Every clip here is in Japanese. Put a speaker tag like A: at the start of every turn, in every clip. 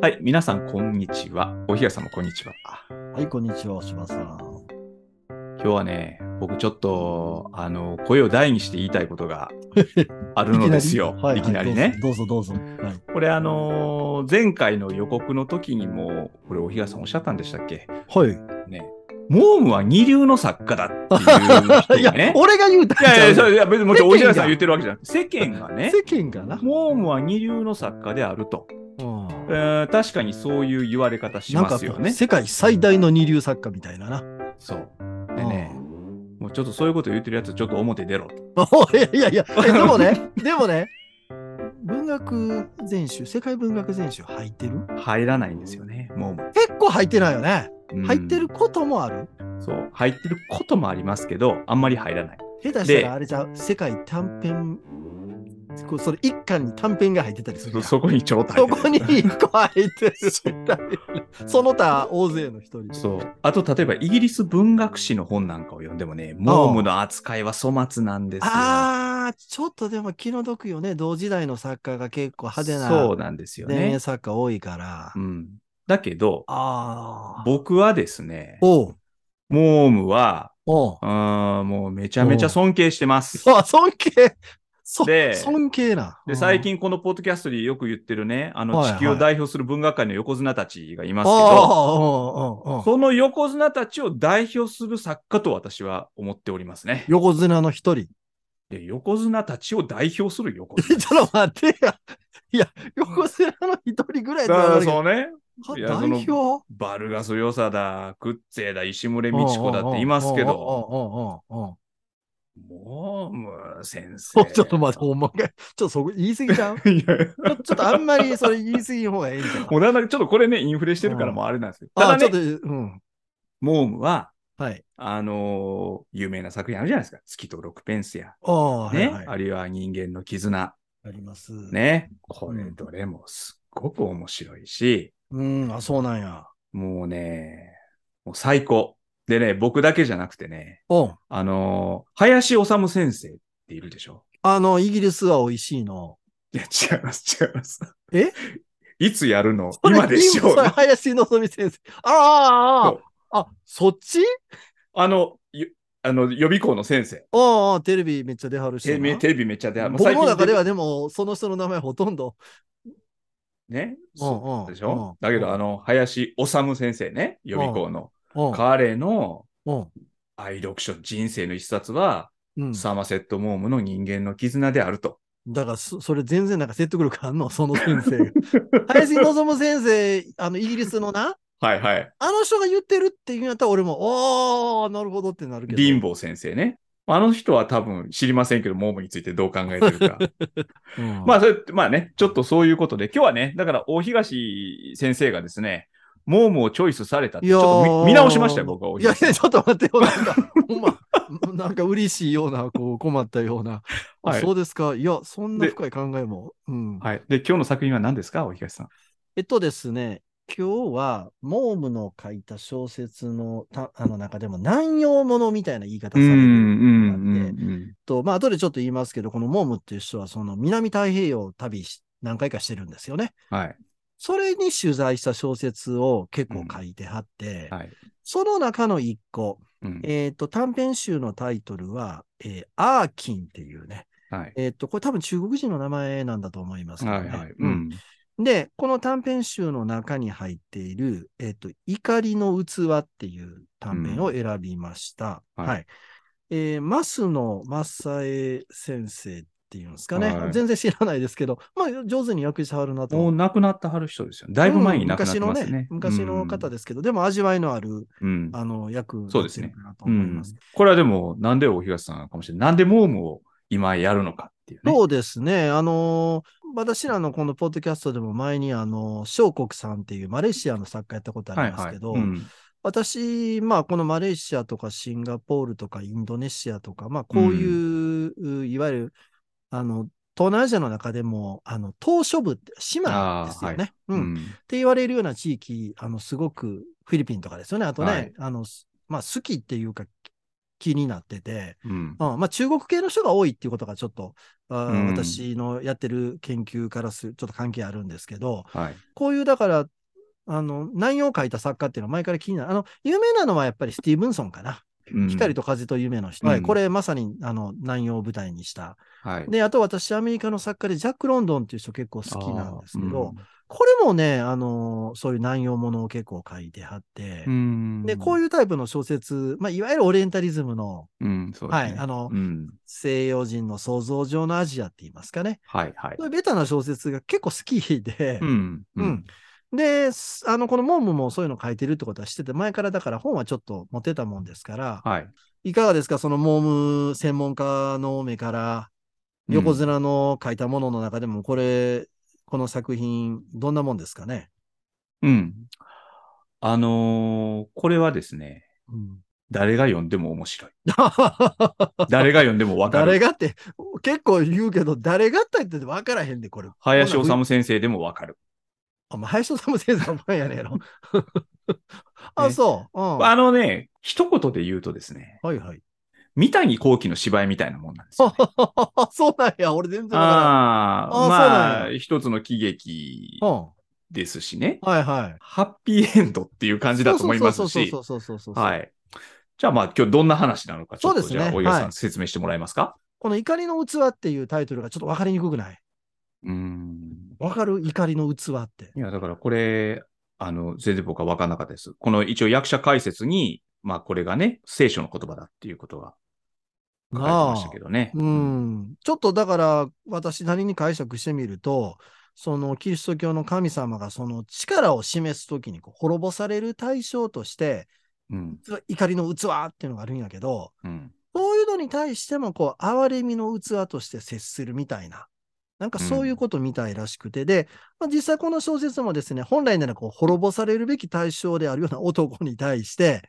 A: はい、皆さん、こんにちは。おひやさんもこんにちは。
B: はい、こんにちは、柴さん。
A: 今日はね、僕ちょっと、あの、声を大にして言いたいこと があるのですよ。いきなりね。
B: どうぞどうぞ。どうぞはい、
A: これ、あのー前回の予告の時にも、これ、おひやさんおっしゃったんでしたっけ
B: はい。
A: ね。モームは二流の作家だっていう人
B: い
A: が
B: や
A: ね、。
B: 俺が言うたん
A: い
B: ち
A: や
B: ゃ
A: いや
B: う
A: そういや、別にもちろん、お
B: 世間が
A: ひやさん言ってるわけじゃなくて、世間がね、
B: 世間がな。
A: モームは二流の作家であると。
B: うん
A: えー確かにそういう言われ方し
B: なん
A: ま
B: か
A: すよね。
B: 世界最大の二流作家みたいなな。
A: そう。でね、もうちょっとそういうこと言ってるやつ、ちょっと表出ろと。
B: いやいやいや、えで もね、でもね、文学全集、世界文学全集入ってる
A: 入らないんですよね、も
B: 結構入ってないよね。
A: う。うん
B: 入ってることもある。
A: そう。入ってることもありますけど、あんまり入らない。
B: 下手したらあれじゃう世界短編、こうそれ一巻に短編が入ってたりする
A: そ
B: やん。
A: そこにちょろっと入
B: そ
A: ってる
B: こに一個入ってる。その他大勢の一人。
A: そう。あと、例えば、イギリス文学史の本なんかを読んでもね、モームの扱いは粗末なんですよ。
B: ああ、ちょっとでも気の毒よね。同時代の作家が結構派手な
A: そうなんですよ
B: 田園
A: ね。
B: 作家多いから。
A: うん。だけど、
B: ああ。
A: 僕はですね、
B: おう
A: モームは、
B: おう
A: うーんもうめちゃめちゃ尊敬してます。
B: あ、尊敬。そ
A: で
B: 尊敬な。
A: で、最近このポッドキャストでよく言ってるね、あの
B: はいはい
A: 地球を代表する文学界の横綱たちがい
B: あ
A: ますけど、
B: あ、
A: その横綱たちを代表する作家と私は思っておりますね。
B: 横綱 の一人。
A: で、横綱たちを代表する横
B: え
A: 綱。
B: ちょっと待ってや。いや、横綱の一人ぐらい
A: だから
B: だ
A: そうね、いやその
B: 代表
A: バルガス・ヨサだ、クッツェだ、石森美智子だって言いますけど、
B: ど。うんうんうんうんうん
A: もう、もう先
B: そ
A: 生。
B: うちょっと待って、お前、ちょっとそこ言い 過ぎちゃう ち
A: いや
B: ょちょっとあんまりそれ言い過ぎん方がいいんじゃない
A: もうなんだかちょっとこれね、インフレしてるからもうあれなんですよ。
B: あ
A: ただ
B: ちょっ
A: ね、
B: と、うん。
A: モームは、
B: はい。
A: あのー有名な作品あるじゃないですか。月と六ペンスや、
B: ああ、
A: ね
B: はいはい
A: あるいは人間の絆、
B: あります。。
A: ね。これ
B: うん
A: どれもすっごく面白いし、
B: うん、あ、そうなんや。
A: もうね、もう最高。でね、僕だけじゃなくてね、
B: おん
A: あのー林修先生っているでしょ。
B: あの、イギリスは美味しいの。
A: いや、違います、違います。
B: え
A: いつやるの今でしょう
B: それ。林のぞみ先生。あ
A: そう
B: あ、ああ、あ、そっち
A: あの、ゆあの予備校の先生。
B: ああ、テレビめっちゃ出はるし
A: テレビテレビめっちゃ出会う
B: 僕の中
A: も
B: で
A: う
B: はでも、その人の名前ほとんど。
A: 最近ね、
B: うんうん
A: そうでしょ、
B: うん
A: だけど、あの、林修先生ね、予備校の。
B: うん
A: 彼の
B: うん
A: 愛読書人生の一冊は、
B: うん。
A: サマセット・モームの人間の絆であると。
B: だからそ、それ全然なんか説得力あんの、その先生が。 林望先生、あの、イギリスのな、
A: はいはい。
B: あの人が言ってるって言うんやったら俺も、おー、なるほどってなるけど。
A: リンボー先生ね。あの人は多分知りませんけど、モームについてどう考えてる か。
B: うん
A: まあ、それ、まあね、ちょっとそういうことで、今日はね、だから大東先生がですね、モームをチョイスされたって、
B: い
A: ちょ
B: や
A: っ
B: ー
A: と見見直しましたよ、僕は大
B: いやい
A: 東
B: や、
A: 先
B: ち
A: 生。
B: ょっと待ってよ。なんか、ほんま、 なんか嬉しいような、こう、困ったような。あ
A: はい
B: そうですか。いや、そんな
A: で
B: 深い考えも。うん。
A: はい。で、今日の作品は何ですか、大東さん。
B: えっとですね、今日は、モームの書いた小説のたあの中でも、南洋ものみたいな言い方されてるのがあって
A: ん。
B: と、まあ、後でちょっと言いますけど、このモームっていう人は、その南太平洋を旅し、何回かしてるんですよね。
A: はい。
B: それに取材した小説を結構書いてはって、
A: はい。
B: その中の一個、
A: うん
B: えっ、と、短編集のタイトルは、えーアーキンっていうね、
A: はい。
B: えっ、と、これ多分中国人の名前なんだと思いますけど
A: は
B: ね。
A: い。はい。
B: う
A: うんん。
B: で、この短編集の中に入っている、えっ、と、怒りの器っていう短編を選びました。
A: うん
B: は
A: はい
B: い。えー、マスのマサエ先生っていうんですかね。
A: はい
B: 全然知らないですけど、 まあ、上手に訳してはるなと。
A: もう亡くなったはる人ですよね。だいぶ前に
B: うん
A: 亡くなってますね。
B: 昔のね、昔の方
A: で。
B: ですけど、でも味わいのある、
A: うん。
B: あの、役
A: そうですね
B: だったのかなと
A: う
B: 思い
A: ん
B: ます。、
A: これはでも、なんで大東さんかもしれない。なんでモームを今やるのかっていうね。
B: そうですね。あのー私らのこのポッドキャストでも前に、あのー、小国さんっていうマレーシアの作家やったことあ
A: はい
B: ります
A: はい。
B: けど、
A: うん
B: 私、まあ、このマレーシアとかシンガポールとかインドネシアとか、まあ、こういう、ういわゆる、あの、東南アジアの中でも、あの、島嶼部って島ですよね、
A: あー
B: うん。って言われるような地域、あの、すごくフィリピンとかですよね。あとね、
A: はい
B: あの、すまあ、好きっていうか、気になってて、
A: うん
B: うんまあ、中国系の人が多いっていうことがちょっと、あー
A: うん
B: 私のやってる研究からするちょっと関係あるんですけど、
A: はい。
B: こういうだからあの、内容を書いた作家っていうのは前から気になる。あの、有名なのはやっぱりスティーブンソンかな。
A: うん
B: 光と風と夢の人。
A: うん
B: はいこれまさに、あの、南洋を舞台にした。
A: はい。
B: で、あと私、アメリカの作家でジャック・ロンドンっていう人結構好きなんですけど、
A: あー
B: これもね、あの、そういう南洋ものを結構書いてはって、
A: うん、
B: で、こう
A: い
B: いうタイプの小説、まあ、いわゆるオリエンタリズムの、
A: うん、うん、そうです
B: は
A: ね。
B: い、あの、
A: うん、
B: 西洋人の想像上のアジアって言いますかね。
A: はい、はい
B: そう。いうベタな小説が結構好きで、
A: ん、う
B: うん
A: ん、
B: で、すあの、このモームもそういうの書いてるってことは知ってて、前からだから本はちょっと持ってたもんですから、
A: はい。
B: いかがですか、そのモーム専門家の目から、横綱の書いたものの中でも、これ、この作品、どんなもんですかね。
A: うん。あのーこれはですね、
B: うん、
A: 誰が読んでも面白い。誰が読んでもわか
B: 誰
A: る。
B: がって、結構言うけど、誰がったって分からへんで、これ。
A: 林
B: こんなん
A: 修先生でもわかる。
B: あ、まあ、林修先生の前やねや ろ。あ、
A: ね
B: そう。うん、は
A: あのね、一言で言うとですね、
B: いはい。
A: 三谷幸喜の芝居みたいなもんなんですよ、ね。
B: そうなんや、俺全然分か
A: あ
B: あ
A: あ、
B: ー
A: ま
B: そうなん
A: あ、一つの喜劇
B: らん。うん
A: ですしね。
B: はいはい。
A: ハッピーエンドっていう感じだと思いますし
B: そ。うそうそうそうそうそうそう。
A: はい。じゃあまあ今日どんな話なのか、ちょっと
B: そうです
A: じ
B: ね
A: ゃあ、お岩さ
B: は
A: ん説明してもらえますか、
B: この怒りの器っていうタイトルがちょっと分かりにくくない
A: ー
B: う
A: ん。
B: わかる怒りの器って。
A: いや、だからこれ、あの、全然僕は分からなかったです。この一応役者解説に、まあこれがね、聖書の言葉だっていうことが書かれてましたけどね。
B: う。ん。ちょっとだから、私なりに解釈してみると、そのキリスト教の神様がその力を示すときにこう滅ぼされる対象として、
A: うん。
B: 怒りの器っていうのがあるんやけど、
A: うん。
B: そういうのに対しても、こう、哀れみの器として接するみたいな、なんかそういうことみたいらしくて、で、まあ、実際この小説もですね、本来ならこう滅ぼされるべき対象であるような男に対して、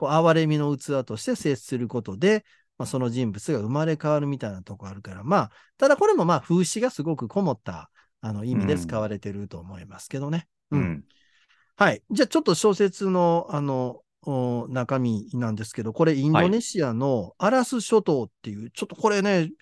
B: こう哀れみの器として接することで、まあ、その人物が生まれ変わるみたいなとこあるから、まあ、ただこれもまあ、風刺がすごくこもったあの意味で使われてると思いますけどね。
A: うん。
B: はい。じゃあちょっと小説の、あの、お中身なんですけど、これインドネシアのアラス諸島っていう、ちょっとこれね、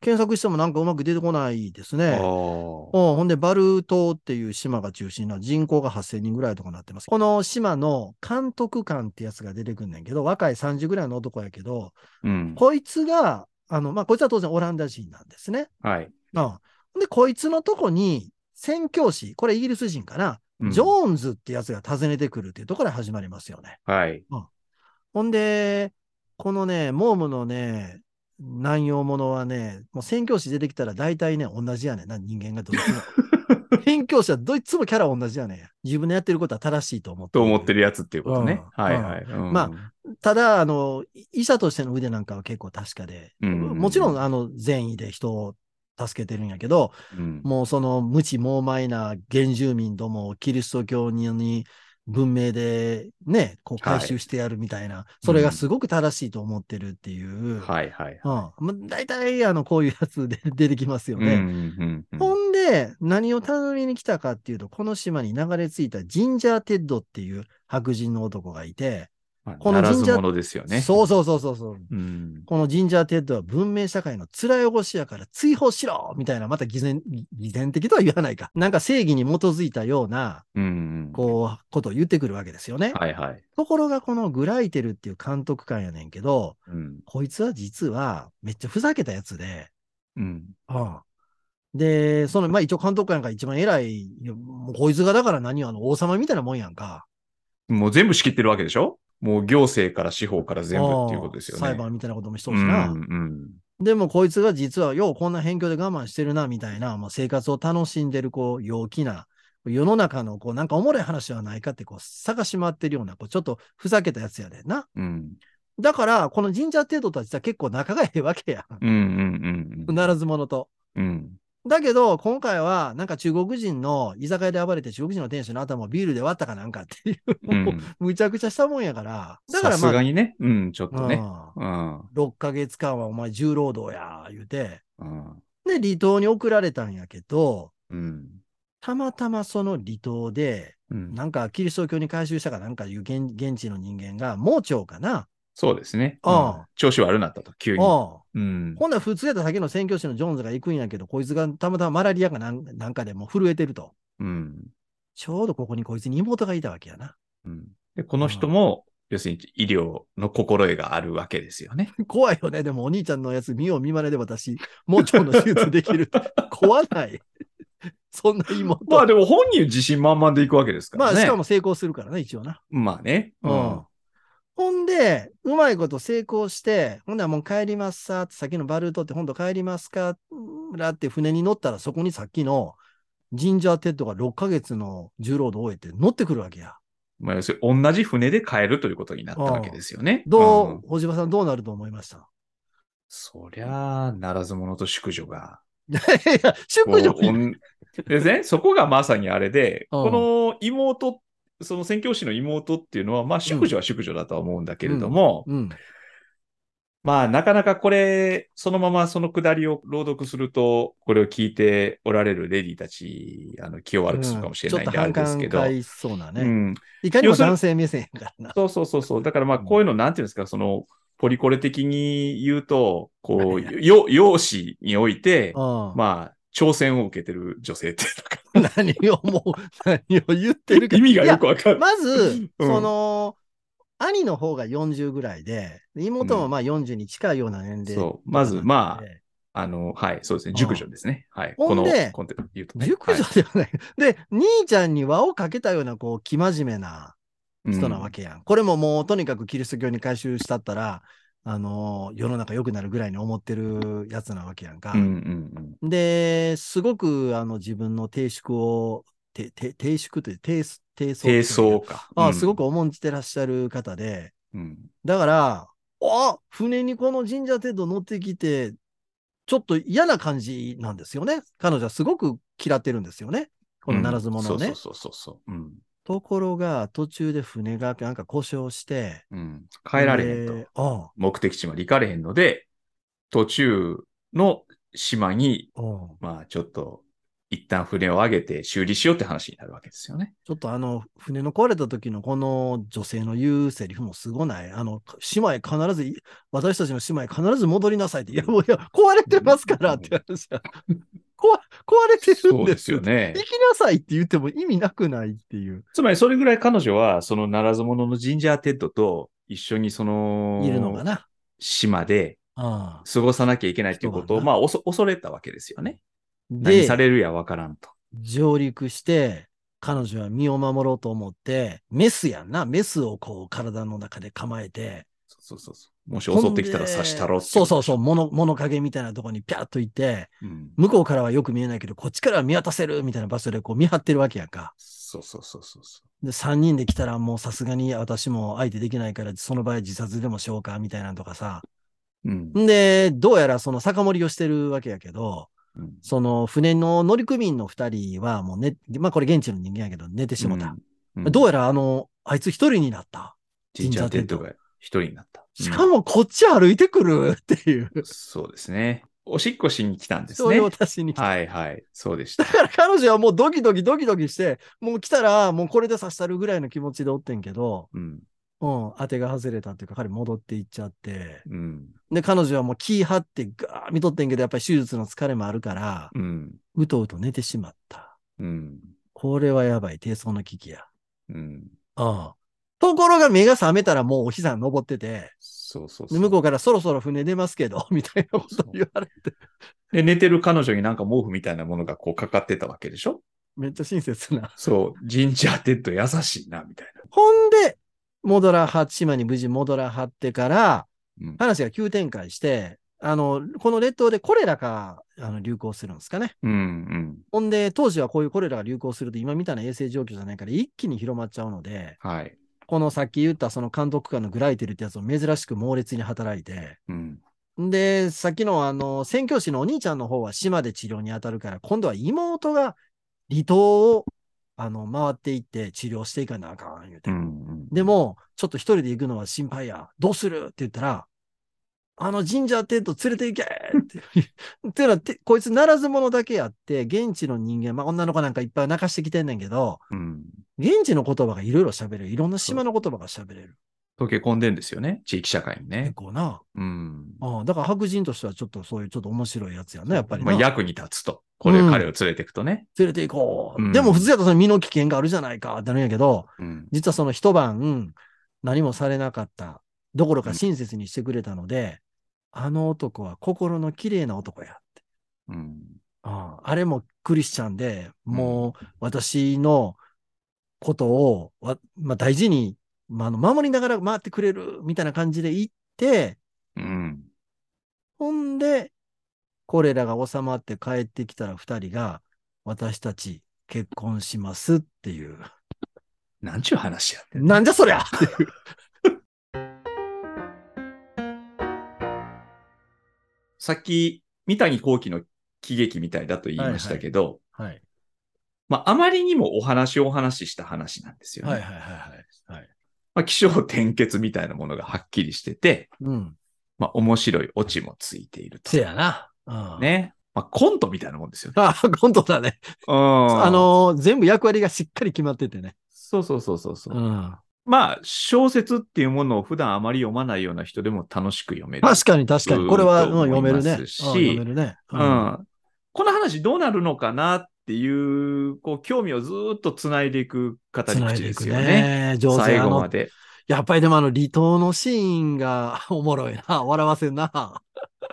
B: 検索してもなんかうまく出てこないです
A: あー
B: ね。おほんで、バルー島っていう島が中心な人口が8000人ぐらいとかなってます。この島の監督官ってやつが出てくんねんけど、若い30ぐらいの男やけど、
A: うん。
B: こいつが、あの、まあ、こいつは当然オランダ人なんですね。
A: はい。
B: うん。で、こいつのとこに、宣教師、これイギリス人かな、
A: うん
B: ジョーンズってやつが訪ねてくるっていうところから始まりますよね。
A: はい。
B: ほんで、このね、モームのね、南洋ものはね、もう宣教師出てきたら大体ね、同じやねんな、人間がどいつ も。宣教師はどいつもキャラ同じやねん。自分のやってることは正しいと思って
A: と思って
B: る。
A: るやつっていうことね。
B: うん
A: はいはい。うん
B: まただ、あの、医者としての腕なんかは結構確かで、
A: うんうんうん
B: もちろん、あの、善意で人を助けてるんやけど、
A: うん
B: もうその無知猛昧な原住民どもをキリスト教に文明でね、こう
A: はい
B: 回収してやるみたいな、それがすごく正しいと思ってるっていう。
A: はいはい。
B: うんまあ、大体、あの、こういうやつで 出てきますよ
A: うんうん
B: ね。
A: うん
B: ほんで、何を頼みに来たかっていうと、この島に流れ着いたジンジャー・テッドっていう白人の男がいて、
A: まあ
B: この
A: ならず
B: 神社
A: 者ですよね。
B: そうそうそうそうそう。
A: うん。
B: このジンジャー・テッドは文明社会の面汚しやから追放しろみたいな、また偽善、偽善的とは言わないか。なんか正義に基づいたような、
A: うん。
B: こう、ことを言ってくるわけですよね。
A: はいはい。
B: ところが、このグライテルっていう監督官やねんけど、
A: うん。
B: こいつは実はめっちゃふざけたやつで、
A: うん。
B: うんで、その、まあ一応監督官が一番偉い、もうこいつがだから何よあの王様みたいなもんやんか。
A: もう全部仕切ってるわけでしょもう行政から司法から全部っていうことですよね。
B: ああ裁判みたいなこともしそうしな。
A: うんうん
B: でもこいつが実は、ようこんな辺境で我慢してるな、みたいな、まあ、生活を楽しんでる、こう、陽気な、世の中の、こう、なんかおもろい話はないかって、こう、探し回ってるような、こう、ちょっとふざけたやつやでんな。
A: うん
B: だから、この神社程度とは実は結構仲がええわけや。
A: うんうんうん
B: ならず者と。
A: うん
B: だけど、今回は、なんか中国人の居酒屋で暴れて中国人の店主の頭をビールで割ったかなんかっていう、
A: う
B: もうんむちゃくちゃしたもんやから。だか
A: さ
B: ら
A: す
B: ま
A: がにね、うん、ちょっとね。
B: あ、
A: うん。
B: うん、6ヶ月間はお前重労働や、言うて。
A: うん
B: で、離島に送られたんやけど、
A: うん。
B: たまたまその離島で、
A: うん
B: なんかキリスト教に改宗したかなんかいう現現地の人間が、盲腸かな、
A: そうですね。
B: う
A: うんん調子悪なったと、急
B: うん、
A: に。
B: ほ
A: うん。
B: んなら普通やったら先の宣教師のジョーンズが行くんやけど、こいつがたまたまマラリアかなんなんかでもう震えてると。
A: うん。
B: ちょうどここにこいつに妹がいたわけやな。
A: う ん、で、この人も、要するに医療の心得があるわけですよね。
B: 怖いよね。でもお兄ちゃんのやつ見よう見まねで私、盲腸の手 術できるって。 怖ない。そんな妹。
A: まあでも本人自信満々でいくわけですから
B: ま
A: ね。
B: あ、しかも成功するからね、一応な。
A: まあね。
B: うん。ほんで、うまいこと成功して、ほんならもう帰りますさ、さっきのバルートって本土帰りますか、らって船に乗ったらそこにさっきのジンジャーテッドが6ヶ月の重労働を終えて乗ってくるわけや。
A: まあ、要するに同じ船で帰るということになったわけですよね。
B: どう、
A: ん
B: 小島さんどうなると思いました
A: そりゃあ、ならず者と淑女が。
B: いやいや、宿女
A: こうおんですね。 そこがまさにあれで、
B: うん
A: この妹、その宣教師の妹っていうのは、まあ、淑女は淑女だとは思うんだけれども、
B: うん。
A: まあ、なかなかこれ、そのままそのくだりを朗読すると、これを聞いておられるレディーたち、あの、気を悪くするかもしれないんで、あれですけ
B: ちょっと反
A: ど。
B: 感買いそうなね。
A: うん、
B: いかにも
A: 要する
B: 男性目線やからな。
A: そうそうそうそう。だからまあ、
B: うん
A: こういうの、なんていうんですか、その、ポリコレ的に言うと、こ
B: は
A: う、
B: いは
A: よ容姿において、
B: うん
A: まあ、挑戦を受けてる女性っていうのか、
B: 何をもう、何を言ってるか。
A: 意味が
B: いや
A: よくわ かる。
B: まず、
A: うん
B: その、兄の方が40ぐらいで、で妹もまあ40に近いような年齢。
A: そう。まず、ま
B: で
A: あ、あの、はい、そうですね。
B: うん
A: 熟女ですね。はい。
B: ほ
A: こ
B: ん
A: の
B: で
A: コンテンツ言うとね。
B: 熟女ではない。で、兄ちゃんに輪をかけたような、こう、生真面目な人なわ
A: け。
B: けやん。これももう、とにかくキリスト教に改宗したったら、あの世の中良くなるぐらいに思ってるやつなわけやんか。
A: うん、うん、うんうん。
B: で、すごくあの自分の低粛を、てて低粛という、低す低層
A: 低層か。
B: あ
A: うん
B: すごく。重んじてらっしゃる方で、
A: うん。
B: だから、あ船にこの神社程度乗ってきて、ちょっと嫌な感じなんですよね。彼女はすごく嫌ってるんですよね。このならず者をね。
A: うんそうそうそうそう。うん。
B: ところが、途中で船がなんか故障して、
A: うん。帰られへんと。
B: でうん
A: 目的地まで行かれへんので、途中の島に、
B: うん
A: まあちょっと、一旦船を上げて修理しようって話になるわけですよね。
B: ちょっとあの、船の壊れた時のこの女性の言うセリフもすごない。あの、姉妹必ず、私たちの姉妹必ず戻りなさいって。いや、もういや、壊れてますからって話 だ。壊壊れてる
A: そ
B: ん
A: う
B: で
A: ですす
B: よ
A: よ
B: ね。
A: ね
B: 行。きなさいって言っても意味なくないっていう。
A: つまりそれぐらい彼女は、そのならず者のジンジャーテッドと一緒にその、
B: いるのかな。
A: 島で
B: ああ
A: 過ごさなきゃいけないということ
B: そう
A: を、
B: だ
A: ま
B: な
A: あおそ恐れたわけですよね。何
B: で
A: さ、れるやわからんと。
B: 上陸して、彼女は身を守ろうと思って、メスやんな。メスをこう体の中で構えて、
A: そうそうそう。もし襲ってきたら刺したろ
B: う
A: ってい
B: そうそうそう、
A: うこ
B: 物物陰みたいなとこにピャッといて、
A: とでしょ。うん。
B: 向こうからはよく見えないけど、こっちからは見渡せるみたいな場所でこう見張ってるわけやんか。
A: そうそうそうそうそ
B: で、3人で来たらもうさすがに私も相手できないから、その場合自殺でもしようかみたいなのとかさ。
A: う。うん。
B: んで、どうやらその酒盛りをしてるわけやけど、
A: うん
B: その船の乗組員の2人はもうね、まあこれ現地の人間やけど寝てしもた。。
A: ん
B: どうやらあの、あいつ1人になった。
A: ジンジャーテッドが一人になった。
B: しかもこっち歩いてくるっていう。
A: うんそうですね。おしっこしに来たんです
B: それ
A: ね。
B: を私に来た
A: はいはい。そう でした。
B: だから彼女はもうドキドキドキドキして、もう来たらもうこれで刺したるぐらいの気持ちでおってんけど、
A: うん。
B: うん、当てが外れたっていうか、彼戻っていっちゃって、
A: うん。
B: で、彼女はもう気張ってガーッ見とってんけど、やっぱり手術の疲れもあるから、
A: うん。
B: うとうと寝てしまった。
A: うん。
B: これはやばい、低層の危機や。
A: うん。
B: うん。ところが目が覚めたらもうお膝登ってて、
A: そうそうそ
B: で
A: う。
B: 向こうからそろそろ船出ますけど、 みたいなこと言われて、
A: で、寝てる彼女になんか毛布みたいなものがこうかかってたわけでしょ
B: めっちゃ親切な。
A: そう。ジンジャーテッド優しいな、みたい
B: ほんで、戻らは、島に無事戻らはってから、
A: な。うん
B: 話が急展開して、あの、この列島でコレラがあの流行するんですかね。
A: うんうん。
B: ほんで、当時はこういうコレラが流行すると、今みたいな衛生状況じゃないから、一気に広まっちゃうので、
A: はい。
B: このさっき言ったその監督官のグライテルってやつを珍しく猛烈に働いて、
A: うん。
B: んで、さっきのあの、宣教師のお兄ちゃんの方は島で治療に当たるから、今度は妹が離島を、あの、回っていって治療していかなあかん、言うて。
A: うんうん
B: で、も、ちょっと一人で行くのは心配や。どうするって言ったら、あの神社テント連れて 行けって。っていうのは、てこいつならず者だけやって、現地の人間、まあ女の子なんかいっぱい泣かしてきてんねんけど、
A: うん。
B: 現地の言葉がいろいろ喋れる。いろんな島の言葉が喋れる。
A: 溶け込んでんですよね。地域社会に
B: 結
A: ね。
B: 構な。
A: うん。
B: ああだから白人としてはちょっとそういうちょっと面白いやつやな、やっぱりな。
A: まあ、役に立つと。これ、
B: うん
A: 彼を連れていくとね。
B: 連れて行こう。
A: うん
B: でも普通やとその身の危険があるじゃないかってなるんやけど、
A: うん。
B: 実はその一晩何もされなかったどころか親切にしてくれたので、あの男は心の綺麗な男や。
A: うん。
B: あああれもクリスチャンで、もう私のことをわ、まあ、大事に、まあ、あの守りながら回ってくれるみたいな感じで行って、
A: うん。
B: ほんで、これらが収まって帰ってきたら二人が、私たち結婚しますっていう。
A: なんちゅう話やってんの
B: なんじゃそりゃっていう。
A: さっき、三谷幸喜の喜劇みたいだと言いましたけど、
B: はい。
A: まあ、あまりにもお話をお話しした話なんですよね。
B: はいはいはいはい。はい、
A: まあ、気象転結みたいなものがはっきりしてて、
B: うん。
A: まあ、面白いオチもついていると。
B: せやな。うん、。
A: ね。まあ、コントみたいなもんですよね。
B: あ、本当だね。あ
A: あ、
B: のー全部役割がしっかり決まっててね。
A: そうそうそうそうそうう、
B: ん。
A: まあ、小説っていうものを普段あまり読まないような人でも楽しく読める。
B: 確かに確かに。これは、
A: う
B: う
A: ん、
B: ん
A: と思
B: 読
A: い
B: め
A: ま
B: る
A: す
B: ね。うん
A: し
B: 読めるね。
A: うん。この話どうなるのかなっていう、こう、興味をずーっと繋いでいく語り
B: 繋
A: 口
B: いで
A: で
B: いく
A: すよね。
B: ね。上手
A: 最後
B: あの
A: まで。
B: やっぱりでもあの離島のシーンが おもろいな。笑わせんな。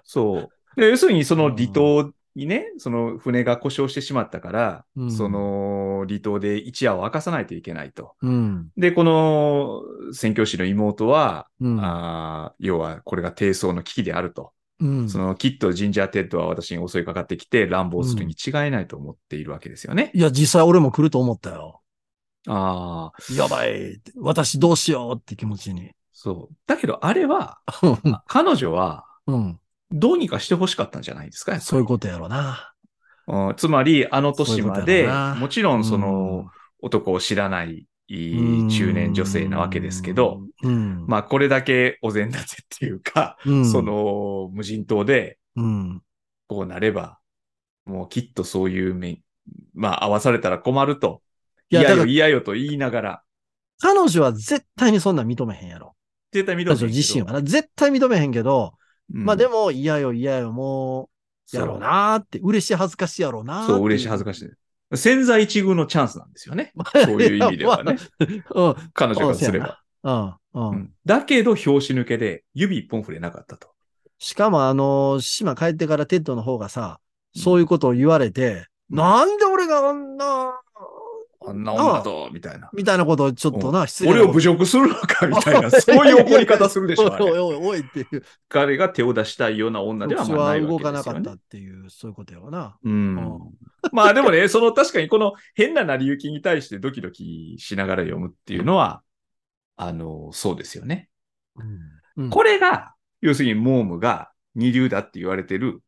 A: そう。で要するに、その離島にね、その船が故障してしまったから、
B: うん
A: その離島で一夜を明かさないといけないと。
B: うん。
A: で、この宣教師の妹は、
B: うん。
A: あー要はこれが低層の危機であると。
B: うん
A: そのきっとジンジャーテッドは私に襲いかかってきて乱暴するに違いないと思っているわけですよね。
B: いや、実際俺も来ると思ったよ。
A: ああ、
B: やばい。私どうしようって気持ちに。
A: そう。だけどあれは、彼女は
B: うん。
A: どうにかしてほしかったんじゃないですか、やっぱり
B: そういうことやろな。
A: うんつまり、あの年まで
B: そういうことやろな、
A: もちろんその、男を知らない
B: うん、
A: 中年女性なわけですけど、
B: うん。
A: まあこれだけお膳立てっていうか、
B: うん
A: そ、の無人島で
B: うん。
A: こうなれば、もうきっとそういう面、まあ合わされたら困ると、
B: い
A: 嫌
B: やだ
A: よ
B: から
A: 嫌よと言いながら、
B: 彼女は絶対にそんなん認めへんやろ。
A: 絶対認め
B: 彼女自身はな。絶対認めへんけど、
A: うん。
B: まあでも、嫌よ嫌よ、もう、
A: そう、
B: やろうなーって、嬉しい恥ずかしいやろうなーって
A: そう、嬉しい恥ずかしい。潜在一遇のチャンスなんですよね。そういう意味ではね。
B: うん。
A: 彼女からすれ
B: そう
A: ば。
B: うん。うん。
A: うんだけど、拍子抜けで指一本触れなかったと。
B: しかも、あのー島帰ってからテッドの方がさ、そういうことを言われて、
A: うん
B: なんで俺があんな、
A: あんな女と、みたいな。
B: みたいなことをちょっとな、失礼な
A: 俺を
B: こと
A: 侮辱するのか、みた いな。そういう怒り方するでしょ、あ
B: おいおい
A: れ。
B: おいおいっていう。
A: 彼が手を出したいような女ではあん
B: 私
A: まな
B: はい
A: わ
B: 動
A: け
B: か
A: で
B: な
A: す
B: か
A: よ
B: っ
A: ね
B: た。っていう、そういうことやろな。
A: うん
B: うん
A: まあでもね、その確かにこの変な成り行きに対してドキドキしながら読むっていうのは、あの、そうですよね。
B: うん
A: これが、要するにモームが二流だって言われてる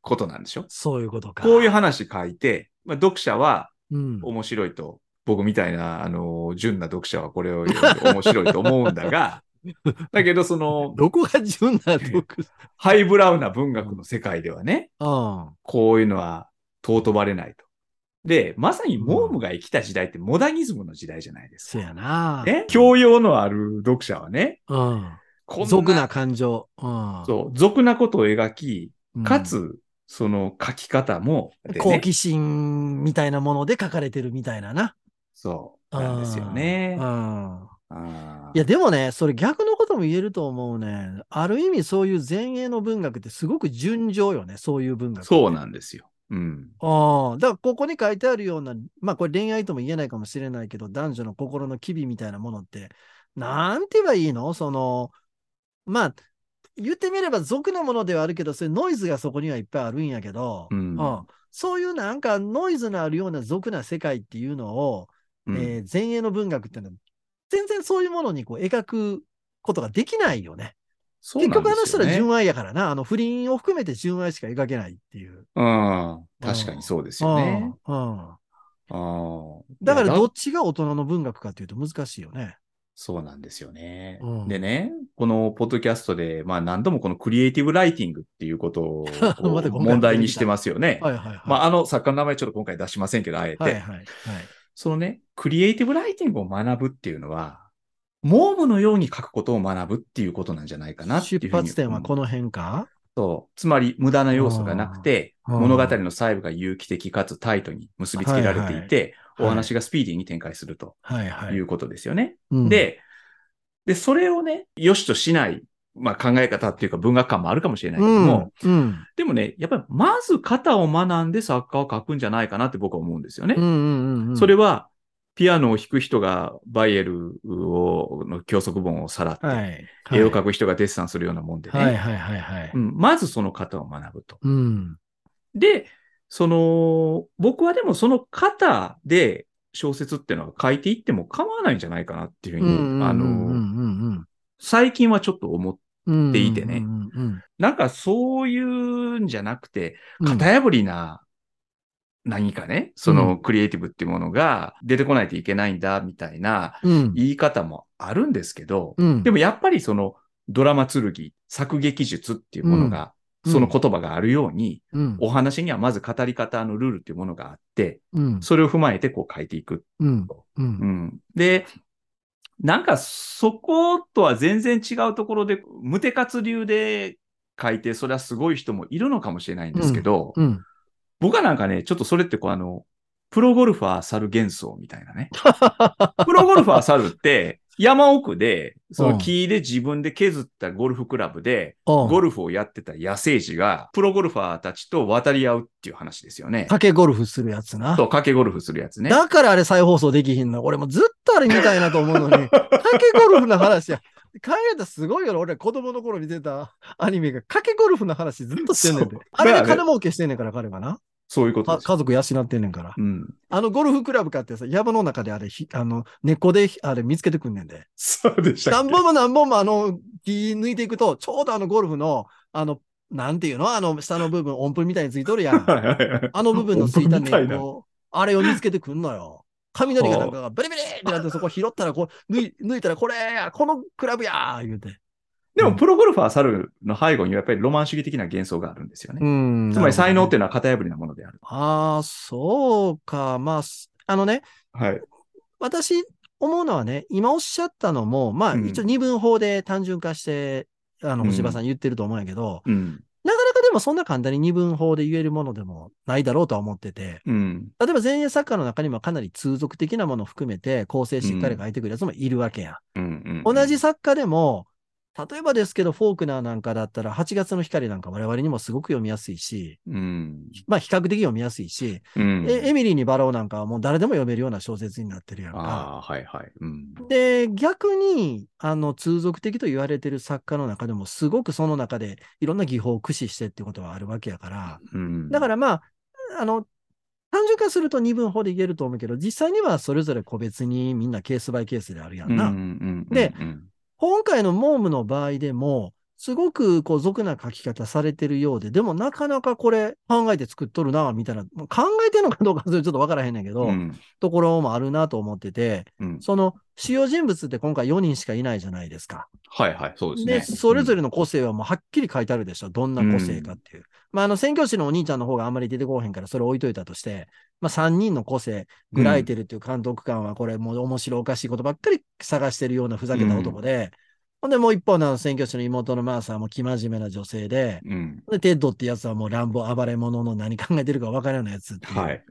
A: ことなんでしょ
B: そういうことか。
A: こういう話書いて、まあ、読者は
B: うん。
A: 面白いと、僕みたいな、あの、純な読者はこれを読んで面白いと思うんだ が、だけどその、
B: どこが純 な毒
A: ハイブラウな文学の世界ではね、
B: うん。
A: こういうのは尊ばれないと。で、まさにモームが生きた時代ってモダニズムの時代じゃないです
B: そ
A: か。
B: やな。
A: ね、教養のある読者はね、
B: うん。
A: こん
B: 俗な感情。うん。
A: そう、俗なことを描き、
B: うん
A: かつ、その書き方も、でね
B: 好奇心みたいなもので書かれてるみたいなな。
A: そう、なんですよね
B: う。ん。
A: あー
B: いや、でもね、それ逆のことも言えると思うね。ある意味、そういう前衛の文学ってすごく純情よね、そういう文学。
A: そうなんですよ。うん。
B: ああ、だからここに書いてあるような、まあこれ恋愛とも言えないかもしれないけど、男女の心の機微みたいなものって、なんて言えばいいのその、まあ、言ってみれば俗なものではあるけど、そういうノイズがそこにはいっぱいあるんやけど、
A: うん
B: ああそういうなんかノイズのあるような俗な世界っていうのを、
A: うん
B: えー前衛の文学っていうのは、全然そういうものにこう描くことができないよね。
A: そう
B: 結
A: なん
B: 局
A: で
B: あ
A: す
B: の人
A: よね
B: ら純愛やからな、あの不倫を含めて純愛しか描けないっていう。
A: うん。確かにそうですよね。
B: うんうん
A: うん
B: だから
A: いや
B: どっちが大人の文学かっていうと難しいよね。
A: そうなんですよね。
B: うん
A: でね、このポッドキャストで、まあ何度もこのクリエイティブライティングっていうことをこ
B: また
A: う
B: 今回
A: 問題にしてますよね。
B: はいはいはい。
A: まああの作家の名前ちょっと今回出しませんけど、あえて。
B: はいはいはい。
A: そのね、クリエイティブライティングを学ぶっていうのは、モームのように書くことを学ぶっていうことなんじゃないかなっていうふう
B: 出
A: に
B: 発点はこ
A: の。
B: の辺か
A: そうつまり無駄な要素がなくて、
B: あー
A: 物語の細部が有機的かつタイトに結びつけられていて、
B: はいはい
A: お話がスピーディーに展開すると
B: はいはいい。
A: うことですよね。
B: うん、
A: で、で、それをね、良しとしない、まあ、考え方っていうか文学観もあるかもしれないけども、
B: うん、うん。
A: でもね、やっぱりまず型を学んで作家を書くんじゃないかなって僕は思うんですよね。
B: うんうんうんうん。
A: それは、ピアノを弾く人がバイエルをの教則本をさらって、
B: はい。
A: 絵を描
B: く
A: く人がデッサンするようなもんでね、
B: はいはいはいはい。
A: うん、まずその型を学ぶと。
B: うん。
A: で、その、僕はでもその型で小説っていうのは書いていっても構わないんじゃないかなっていうふうに、あの、最近はちょっと思っ
B: の
A: っていてねなんかそういうんじゃなくて、型破りな何かね、そのクリエイティブっていうものが出てこないといけないんだみたいな
B: うん。
A: 言い方もあるんですけど、
B: うん。
A: で
B: も、
A: もやっぱりそのドラマ剣、作劇術っていうものが、
B: うん
A: その言葉があるように、
B: うん。
A: お話にはまず語り方のルールっていうものがあって、
B: うん。
A: それを踏まえてこう変えていく。
B: うん。う。
A: うんん、で、なんかそことは全然違うところで、無手活流で書いて、それはすごい人もいるのかもしれないんですけど、
B: うん。
A: 僕はなんかね、ちょっとそれってこうあの、プロゴルファー猿幻想みたいなね。プロゴルファー猿って山奥で、その木で自分で削ったゴルフクラブで、ゴ
B: ゴル
A: ルフをやってた野生児が、プロゴルファーたちと渡り合うっていう話ですよね。
B: かけゴルフするやつな。
A: と、掛けゴルフするやつね。
B: だからあれ再放送できひんの。俺もずっとあれ見たいなと思うのに、かけゴルフの話や。考えたらすごいよな。俺子供の頃見てたアニメが、かけゴルフの話ずっとしてんねんで
A: そう。
B: あれで
A: だからね
B: 金儲けしてんねんから、彼がな。
A: そういうこと
B: か
A: です。
B: 家族養ってんねんから。
A: うん。
B: あのゴルフクラブ買ってさ、山の中であれ、ひあの、根っこであれ見つけてくんねんで。
A: そうでしたっ
B: 何
A: け
B: 本も何本もあの、木抜いていくと、ちょうどあのゴルフの、あの、なんていうのあの、下の部分、音符みたいについとる やん。
A: はいはいはい
B: あの部分のついた
A: 音符みたい
B: 根っ
A: な
B: こ、あれを見つけてくん のよ。雷がなんかがブリブリってなって、そこ拾ったらこう、抜い 抜いたらこれや、このクラブや言うて。
A: でも、プロゴルファー猿の背後にはやっぱりロマン主義的な幻想があるんですよね。
B: ん
A: つまり才能っていうのは型破りなものである。
B: ああ、そうか。まあ、すあのね、
A: はい。
B: 私思うのはね、今おっしゃったのも、まあ
A: うん
B: 一応二分法で単純化して、あの、
A: うん
B: 星葉さん言ってると思うんやけど、
A: うん。
B: なかなかでもそんな簡単に二分法で言えるものでもないだろうとは思ってて、
A: うん。
B: 例えば前衛作家の中にもかなり通俗的なものを含めて構成しっかり書いてくるやつもいるわけやん。
A: うんうん。
B: 同じ作家でも、例えばですけど、フォークナーなんかだったら、8月の光なんか我々にもすごく読みやすいし、
A: うん。
B: まあ比較的読みやすいし、
A: うん。
B: えエミリーにバローなんかはもう誰でも読めるような小説になってるやんか。
A: ああ、はいはい。うん。
B: で、逆に、あの、通俗的と言われてる作家の中でも、すごくその中でいろんな技法を駆使してってことはあるわけやから、
A: うん、
B: だからまあ、あの、単純化すると二分法で言えると思うけど、実際にはそれぞれ個別にみんなケースバイケースであるやんな。
A: うんうんうんうん、
B: で
A: うん
B: 今回のモームの場合でも、すごくこう俗な書き方されてるようで、でもなかなかこれ考えて作っとるな、みたいな、もう考えてるのかどうかそれちょっとわからへんねんけど、
A: うん
B: ところもあるなと思ってて、
A: うん、
B: その主要人物って今回4人しかいないじゃないですか。
A: はいはい、そうですね。
B: で、それぞれの個性はもうはっきり書いてあるでしょ。どんな個性かっていう。まあ、あの、宣教師のお兄ちゃんの方があんまり出てこうへんから、それ置いといたとして、まあ、3人の個性、グライテルっていう監督官は、これもう面白おかしいことばっかり探してるようなふざけた男で、ほんで、もう一方のあの宣教師の妹のマーサーも生真面目な女性で、
A: うん。
B: で、テッドってやつはもう乱暴暴れ者の何考えてるか分からないやつっていう
A: はい。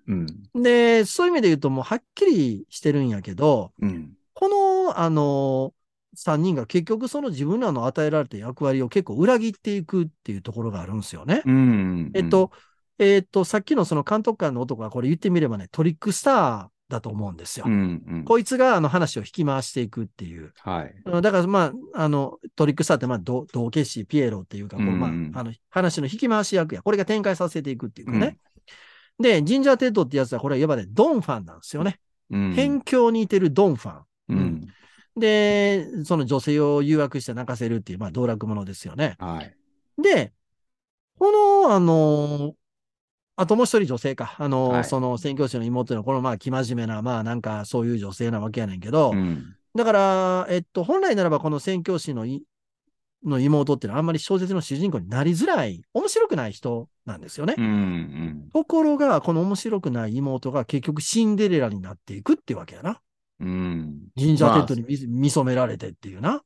A: うん。
B: で、そういう意味で言うともうはっきりしてるんやけど、
A: うん。
B: この、あの、三人が結局その自分らの与えられた役割を結構裏切っていくっていうところがあるんですよね。
A: うんうん。
B: えっと、えっと、さっきのその監督官の男がこれ言ってみればね、トリックスターだと思うんですよ。
A: うん、うん。
B: こいつがあの話を引き回していくっていう。
A: はい。
B: うんだからまあ、あの、トリックスターってまあ、ど道化師、ピエロっていうか、こうまあ、
A: うん
B: あの、話の引き回し役や。これが展開させていくっていうかね。で、ジンジャー・テッドってやつは、これはいわばね、ドンファンなんですよね。
A: うん。
B: 辺境に似てるドンファン。
A: うん。
B: で、その女性を誘惑して泣かせるっていう、まあ、道楽者ですよね。
A: はい。
B: で、この、あのーあともう一人女性か。あのー
A: はい
B: その宣教師の妹の、この、まあ、生真面目な、まあ、なんか、そういう女性なわけやねんけど、
A: うん。
B: だから、えっと、本来ならば、この宣教師のいの妹っていうのは、あんまり小説の主人公になりづらい、面白くない人なんですよね。
A: うん。うん。
B: ところが、この面白くない妹が結局シンデレラになっていくっていうわけやな。
A: うん。
B: ジンジャーテッド
A: まあ
B: に見,、見染められてっていうな。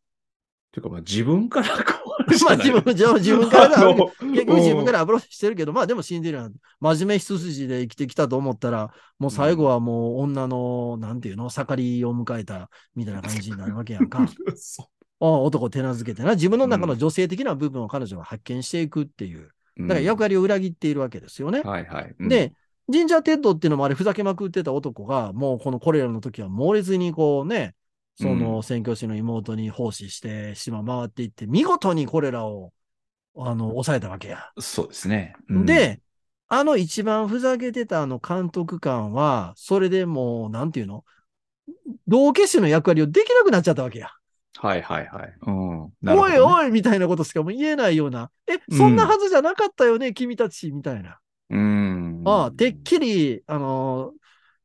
A: ていうか、まあ自分からこう
B: まあ自分、自分自分からだ
A: あの
B: 結局自分からアプローチしてるけど、まあでもシンデレラ、真面目一筋で生きてきたと思ったら、もう最後はもう女の、なんていうの、盛りを迎えたみたいな感じになるわけやん か。
A: そ
B: あ男を手なずけてな、自分の中の女性的な部分を彼女が発見していくっていう、
A: う
B: だから役割を裏切っているわけですよね。
A: はいはい。うん、
B: で、ジンジャー・テッドっていうのもあれ、ふざけまくってた男が、もうこのこれらの時は猛烈にこうね、その宣教師の妹に奉仕して、島回っていって、見事にこれらを、あの、抑えたわけや。
A: そうですね。うん、
B: で、あの一番ふざけてたあの監督官は、それでもう、なんていうの道化師の役割をできなくなっちゃったわけや。
A: はいはいはい。うん。なるほ
B: お
A: どね
B: いおいみたいなことしかもう言えないような、え、そんなはずじゃなかったよね、君たち、みたいな。
A: うん。
B: ああ、てっきり、あのー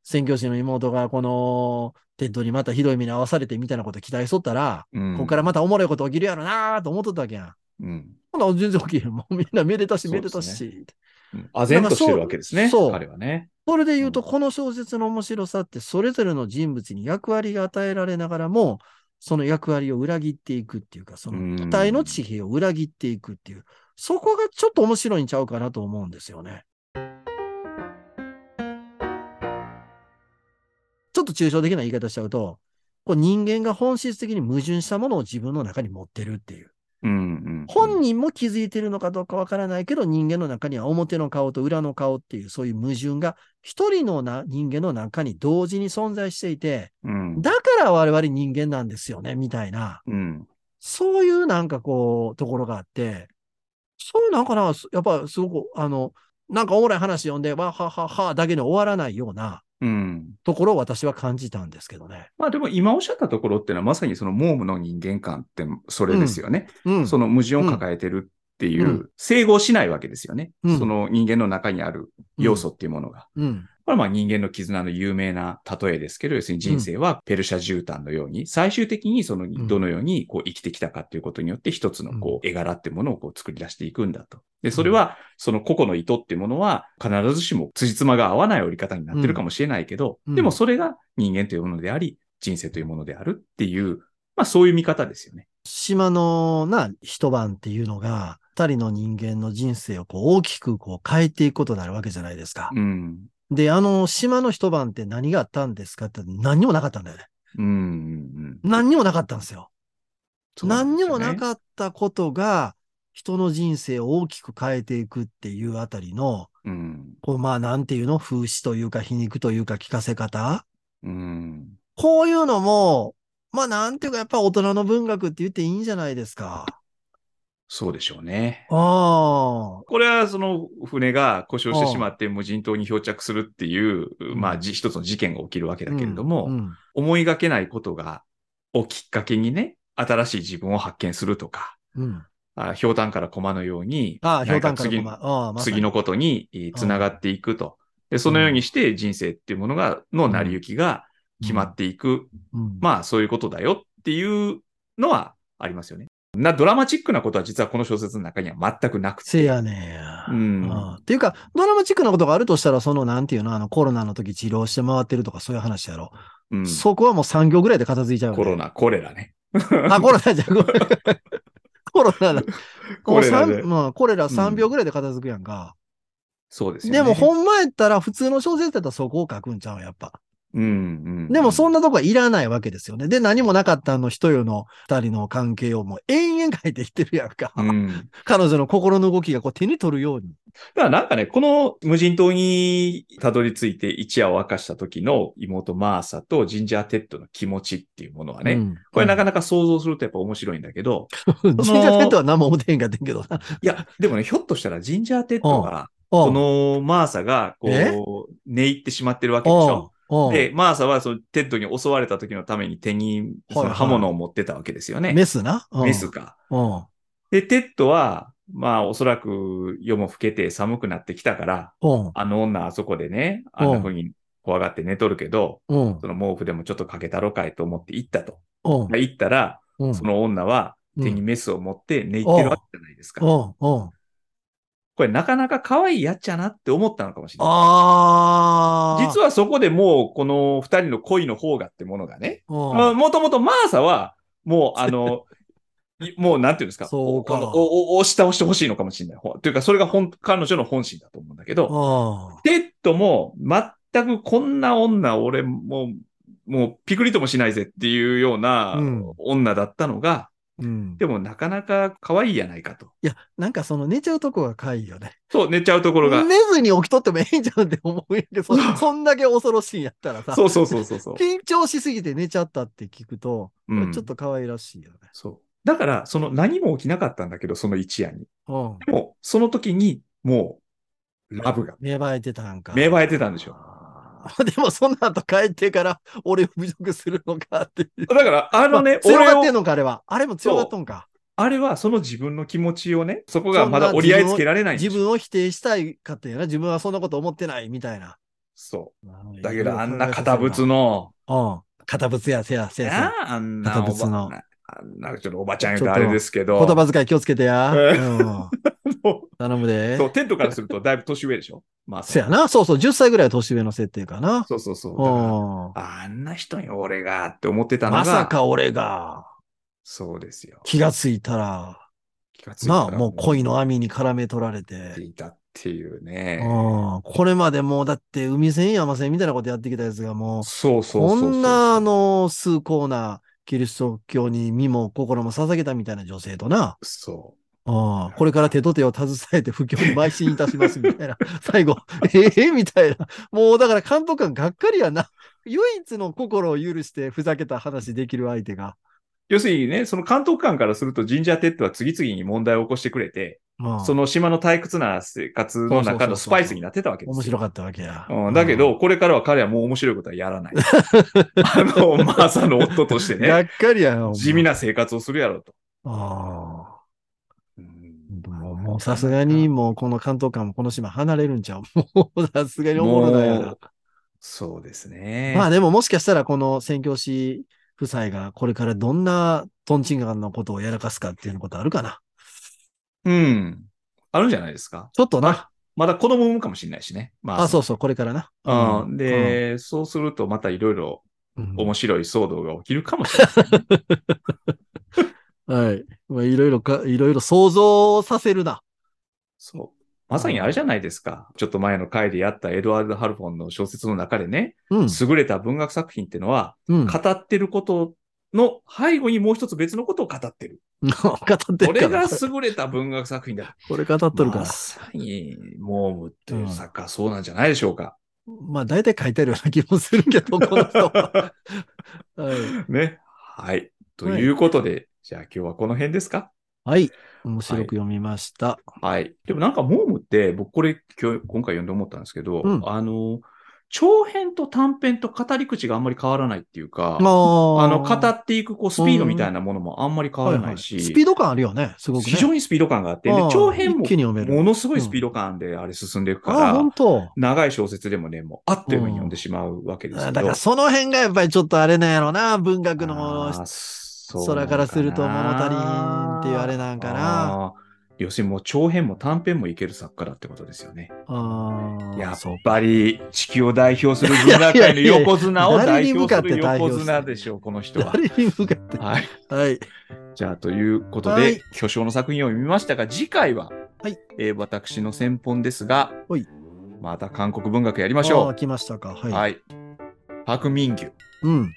B: 宣教師の妹がこの、テッドにまたひどい目に遭わされてみたいなこと期待しとったら、
A: うん、
B: ここからまたおもろいこと起きるやろなーと思っとったわけやん。
A: うん。
B: ほな、全然起きへん。もうみんなめでたし、
A: そう
B: め
A: で
B: です
A: ね
B: たし。
A: うん唖然としてるわけですね。
B: そう
A: 彼はね。
B: それで言う
A: う
B: と、
A: ん
B: この小説の面白さって、それぞれの人物に役割が与えられながらも、その役割を裏切っていくっていうか、その
A: うん
B: 期待の地平を裏切っていくっていう、そこがちょっと面白いんちゃうかなと思うんですよね。ちょっと抽象的な言い方しちゃうと、こう人間が本質的に矛盾したものを自分の中に持ってるっていう。
A: うんうん。
B: 本人も気づいてるのかどうかわからないけど、人間の中には表の顔と裏の顔っていう、そういう矛盾が一人のな人間の中に同時に存在していて、
A: うん。
B: だから我々人間なんですよね、みたいな、
A: うん。
B: そういうなんかこう、ところがあって、そういうなんかな、すやっぱすごく、あの、なんかおもろい話読んで、わはははだけに終わらないような
A: うん。
B: ところを私は感じたんですけどね。
A: まあでも今おっしゃったところっていうのはまさにそのモームの人間観ってそれですよね。
B: うん。
A: その矛盾を抱えてるっていう、
B: うん
A: 整合しないわけですよね。
B: うん
A: その人間の中にある要素っていうものが。
B: うん。
A: これはまあ人間の絆の有名な例えですけど、要するに人生はペルシャ絨毯のように、最終的にその
B: ん
A: どのようにこう生きてきたかということによって一つのこう絵柄ってものをこう作り出していくんだと。で、それはその個々の意図っていうものは必ずしも辻褄が合わない折り方になってるかもしれないけど、
B: うん
A: でもそれが人間というものであり、人生というものであるっていう、まあそういう見方ですよね。
B: 島のな、一晩っていうのが、二人の人間の人生をこう大きくこう変えていくことになるわけじゃないですか。
A: うん。
B: で、あの、島の一晩って何があったんですかって言ったら何にもなかったんだよね。
A: うんうん。うん
B: 何にもなかったんですよ。
A: そう
B: 何
A: んです
B: に
A: よ
B: も
A: ね
B: なかったことが、人の人生を大きく変えていくっていうあたりの、
A: うん。
B: こう、まあ、なんていうの、風刺というか皮肉というか聞かせ方
A: うん。
B: こういうのも、まあ、なんていうか、やっぱ大人の文学って言っていいんじゃないですか。
A: そうでしょうね。
B: ああ。
A: これはその船が故障してしまって無人島に漂着するっていう、
B: ん
A: まあじ一つの事件が起きるわけだけれども、
B: うんうん
A: 思いがけないことが、をきっかけにね、新しい自分を発見するとか、
B: うん。
A: あ氷炭から駒のように、
B: ああ、ひょ
A: 何
B: うたんから
A: 次
B: ごま。ああ、まさに
A: 次の。ことにつながっていくと。で、そのようにして人生っていうものが、の成り行きが決まっていく。
B: うん
A: まあそういうことだよっていうのはありますよね。な、ドラマチックなことは実はこの小説の中には全くなくて。
B: せやねんや。
A: うん
B: ああっていうか、ドラマチックなことがあるとしたら、その、なんていうの、あの、コロナの時治療して回ってるとか、そういう話やろ。
A: うん
B: そこはもう3行ぐらいで片付いちゃう、
A: コロ。ナ、コレラね。
B: あ、コロナじゃ ん、ごめんコロナだ。
A: コレラで
B: もう三うん、コレラ
A: う
B: 3
A: ん
B: 秒ぐらいで片付くやんか。
A: そうですよね。
B: でも、ほんまやったら、普通の小説やったらそこを書くんちゃうやっぱ。
A: うん、うん。
B: でも、そん
A: な、
B: なとこはいらないわけですよね。で、何もなかったあの人よの二人の関係をもう延々書いていってるやんか。
A: うん。だ
B: 彼女の心の動きがこう手に取るように。
A: からなんかね、この無人島にたどり着いて一夜を明かした時の妹マーサとジンジャーテッドの気持ちっていうものはね、
B: うん
A: これなかなか想像するとやっぱ面白いんだけど、
B: ジンジャーテッドは何も思てへんかったんけどな。
A: いや、でもね、ひょっとしたらジンジャーテッドが、
B: こ
A: このマーサが
B: え
A: こう、寝入ってしまってるわけでしょ。
B: で、
A: で、マーサはそのテッドに襲われた時のために手にその刃物を持ってたわけですよね。
B: メスな。うん
A: メス。か。
B: うん。
A: で、テッドは、まあ、おそらく夜も更けて寒くなってきたから、
B: うん。
A: あの女あそこでね、あんな風に怖がって寝とるけど、
B: うん。
A: その毛布でもちょっとかけたろかいと思って行ったと。
B: うん。
A: 行ったら、
B: うん。
A: その女は手にメスを持って寝入ってるわけじゃないですか。
B: うん。うん。
A: これなかなか可愛いやっちゃなって思ったのかもしれない。
B: ああ。
A: 実はそこでもう、この二人の恋の方がってものがね、
B: は、
A: もともとマーサは、もう あの、いもうなんていうんですか、
B: そうか
A: おおお押し倒してほしいのかもしれない。ほというか、それが本彼女の本心だと思うんだけど、
B: あ
A: テッドも全くこんな女、俺もう、もうピクリともしないぜっていうよう
B: あ。
A: な
B: うん。
A: 女だったのが、
B: うん。
A: でもなかなか可愛いやないかと。
B: いや、なんかその寝ちゃうとこがかいよね。
A: そう、寝ちゃうところが。
B: 寝ずに起きとってもええんじゃんって思うんやけど、そそんだけ恐ろしいんやったらさ、
A: そうそうそう そうそう。
B: 緊張しすぎて寝ちゃったって聞くと、
A: うん
B: ちょっと可愛らしいよね。
A: そう。だから、その何も起きなかったんだけど、その一夜に。
B: うん。
A: でも、その時に、もう、ラブが
B: 芽生えてたんか。
A: 芽生えてたんでしょ。
B: あー でも、その後帰ってから、俺を侮辱するのかっていう。
A: だから、あのね、
B: まあ強がって
A: 俺を、
B: んのか、あれは。あれも強がっとんか。
A: あれはその自分の気持ちをね、そこがまだ折り合いつけられないんで
B: 自
A: すよ
B: 分を否定したいかっていうな。自分はそんなこと思ってないみたいな。
A: そ
B: まあ
A: う。だけど、あんな堅物。の、
B: うん。堅物や、せや、せや、せや。
A: なああんなおば、
B: 堅物の
A: あんな、ちょっとおばちゃん言うとあれですけど、
B: 言葉遣い気をつけてや。
A: ええ
B: うん。
A: そ
B: 頼む で
A: う、そ。うテントからするとだいぶ年上でしょまあ、
B: せやな。そうそう。10歳ぐらい年上の設定かな。
A: そうそうそう。だか
B: うん。
A: らあんな人に俺がって思ってたのが、
B: まさか俺が
A: そうですよ。
B: 気がついたら、
A: 気がついたら
B: なあ、もう恋の網に絡め取られて
A: って。いたっていうね。
B: うん。これまでもうだって海戦山戦みたいなことやってきたやつがもう、
A: そうそう
B: こ
A: そうそう。
B: んなあの、崇高なキリスト教に身も心も捧げたみたいな女性とな、
A: そ
B: ああこれから手と手を携えて不況に邁進いたしますみ たいな、最後、ええみたいな、もうだから監督官がっかりやな。唯一の心を許してふざけた話できる相手が。
A: う。要するにね、その監督官からすると、ジンジャーテッドは次々に問題を起こしてくれて、
B: うん
A: その島の退屈な生活の中のスパイスになってたわけですよ。
B: 面白かったわけや。
A: うん、だけど、これからは彼はもう面白いことはやらない。 あの、マーサの夫として
B: うん、が
A: ね、
B: っかりやな。
A: 地味な生活をするやろうと。
B: ああ
A: うん
B: もうもうさすがに、もうこの関東官もこの島離れるんちゃう もうさすがにおもろないや
A: も
B: な
A: う。そうですね。
B: まあでももしかしたらこの宣教師夫妻がこれからどんなトンチンカンのことをやらかすかっていうことあるかな。
A: うん。あるんじゃないですか。
B: ちょっとな。
A: まだ子供産むかもしれないしね。まあ、
B: あ、そうそう、これからな。
A: うん、で、そうするとまたいろいろ
B: うん、
A: 面白い騒動が起きるかもしれない。
B: はい。まあいろいろか、いろいろ想像させるな。
A: そう。まさにあれじゃないですか。ちょっと前の回でやったエドワード・ハルフォンの小説の中でね、
B: うん。
A: 優れた文学作品ってのは、
B: うん。 語
A: 語ってることの背後にもう一つ別のことを語って る。
B: って
A: こ
B: るか
A: れが
B: ら。
A: 優れた文学作品 だ。
B: これ語っとるか
A: ま
B: ら。
A: さに、モームっていう作家はそうなんじゃないでしょうか。
B: まあ大体書いてあるような気もするけど、この人 は。はい。
A: ね。はい。ということで、じゃあ今日はこの辺ですか
B: はい。面白く読みました。
A: はい。でもなんか、モームって、僕これ今日、今回読んで思ったんですけど、
B: うん
A: あの、長編と短編と語り口があんまり変わらないっていうか、
B: まあ
A: あの、語っていく、こう、スピードみたいなものもあんまり変わらないし、
B: ははスピード感あるよね、すごくね。
A: 非常にスピード感があって、で
B: うん
A: 長編も、
B: 一気に読める
A: ものすごいスピード感であれ進んでいくか
B: あ、
A: ら、
B: 本当。
A: 長い小説でもね、もう、あっという間に読んでしまうわけです
B: あ
A: け
B: だ
A: ど。
B: からその辺がやっぱりちょっとあれなんやろな、文学の
A: あーそうなの
B: 空からすると物足りんっていうあれなんかな。
A: あー要するにもう長編も短編もいける作家だってことですよね。
B: あー
A: やっ
B: そう
A: ぱり地球を代表する文学界の横綱を
B: いやいや
A: 代表す
B: いや
A: る
B: 誰に向かって代
A: 横
B: 表する
A: 綱でしょう、この人は。
B: 誰に向かって。
A: はい。
B: はい。
A: じゃあ、ということで、
B: はい
A: 巨匠の作品を見ましたが、次回は、
B: はい
A: えー私の先本ですが、
B: はい
A: また韓国文学やりまし
B: あ
A: ょ
B: ー来ましたか。は
A: う。
B: い。
A: はい。パク・ミンギュ。
B: うん。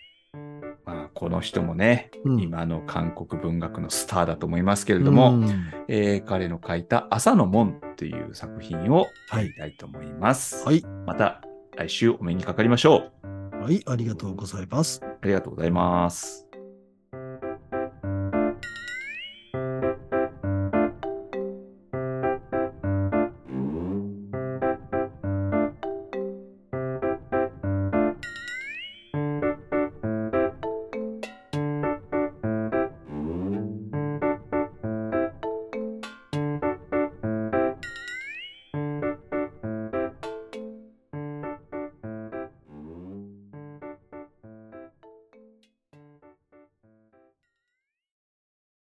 A: まあ、この人もね、
B: うん
A: 今の韓国文学のスターだと思いますけれども、
B: うん
A: えー彼の書いた朝の門っていう作品を
B: は
A: や
B: い
A: り。たいと思います。
B: はい。
A: また来週お目にかかりましょう。
B: はい。ありがとうございます。
A: ありがとうございます。